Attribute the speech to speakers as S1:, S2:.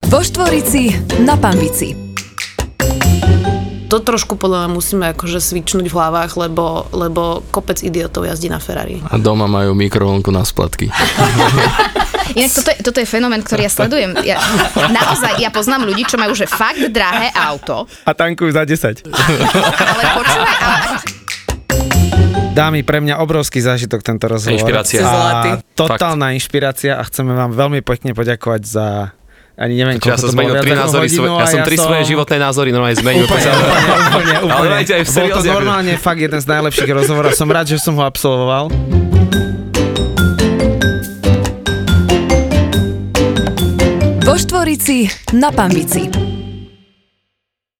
S1: Vo Štvorici na Pambici.
S2: To trošku podľa mňa musíme akože svičnúť v hlavách, lebo, lebo kopec idiotov jazdí na Ferrari.
S3: A doma majú mikrovlnku na splatky.
S4: Inak toto je, toto je fenomén, ktorý ja sledujem. Ja, naozaj, ja poznám ľudí, čo majú že fakt drahé auto,
S5: A tankujú za 10.
S4: ale počúvaj, ale
S5: Dámy, pre mňa obrovský zážitok tento rozhovor.
S3: Inšpirácia.
S6: Ste zlatí.
S5: A totálna Fakt. inšpirácia a chceme vám veľmi pekne poďakovať za ani neviem,
S3: Ja
S5: koľko
S3: som
S5: to bolo,
S3: zmenil
S5: viac
S3: tri
S5: ako
S3: názory,
S5: hodinu
S3: svoje,
S5: a
S3: ja som tri svoje životné názory normálne zmenil.
S5: Úplne, úplne, úplne,
S3: Ale
S5: úplne.
S3: dajte aj
S5: Bol to
S3: seriózne, akože.
S5: normálne fakt jeden z najlepších rozhovorov. Som rád, že som ho absolvoval.
S1: Vo Štvorici na Pambici.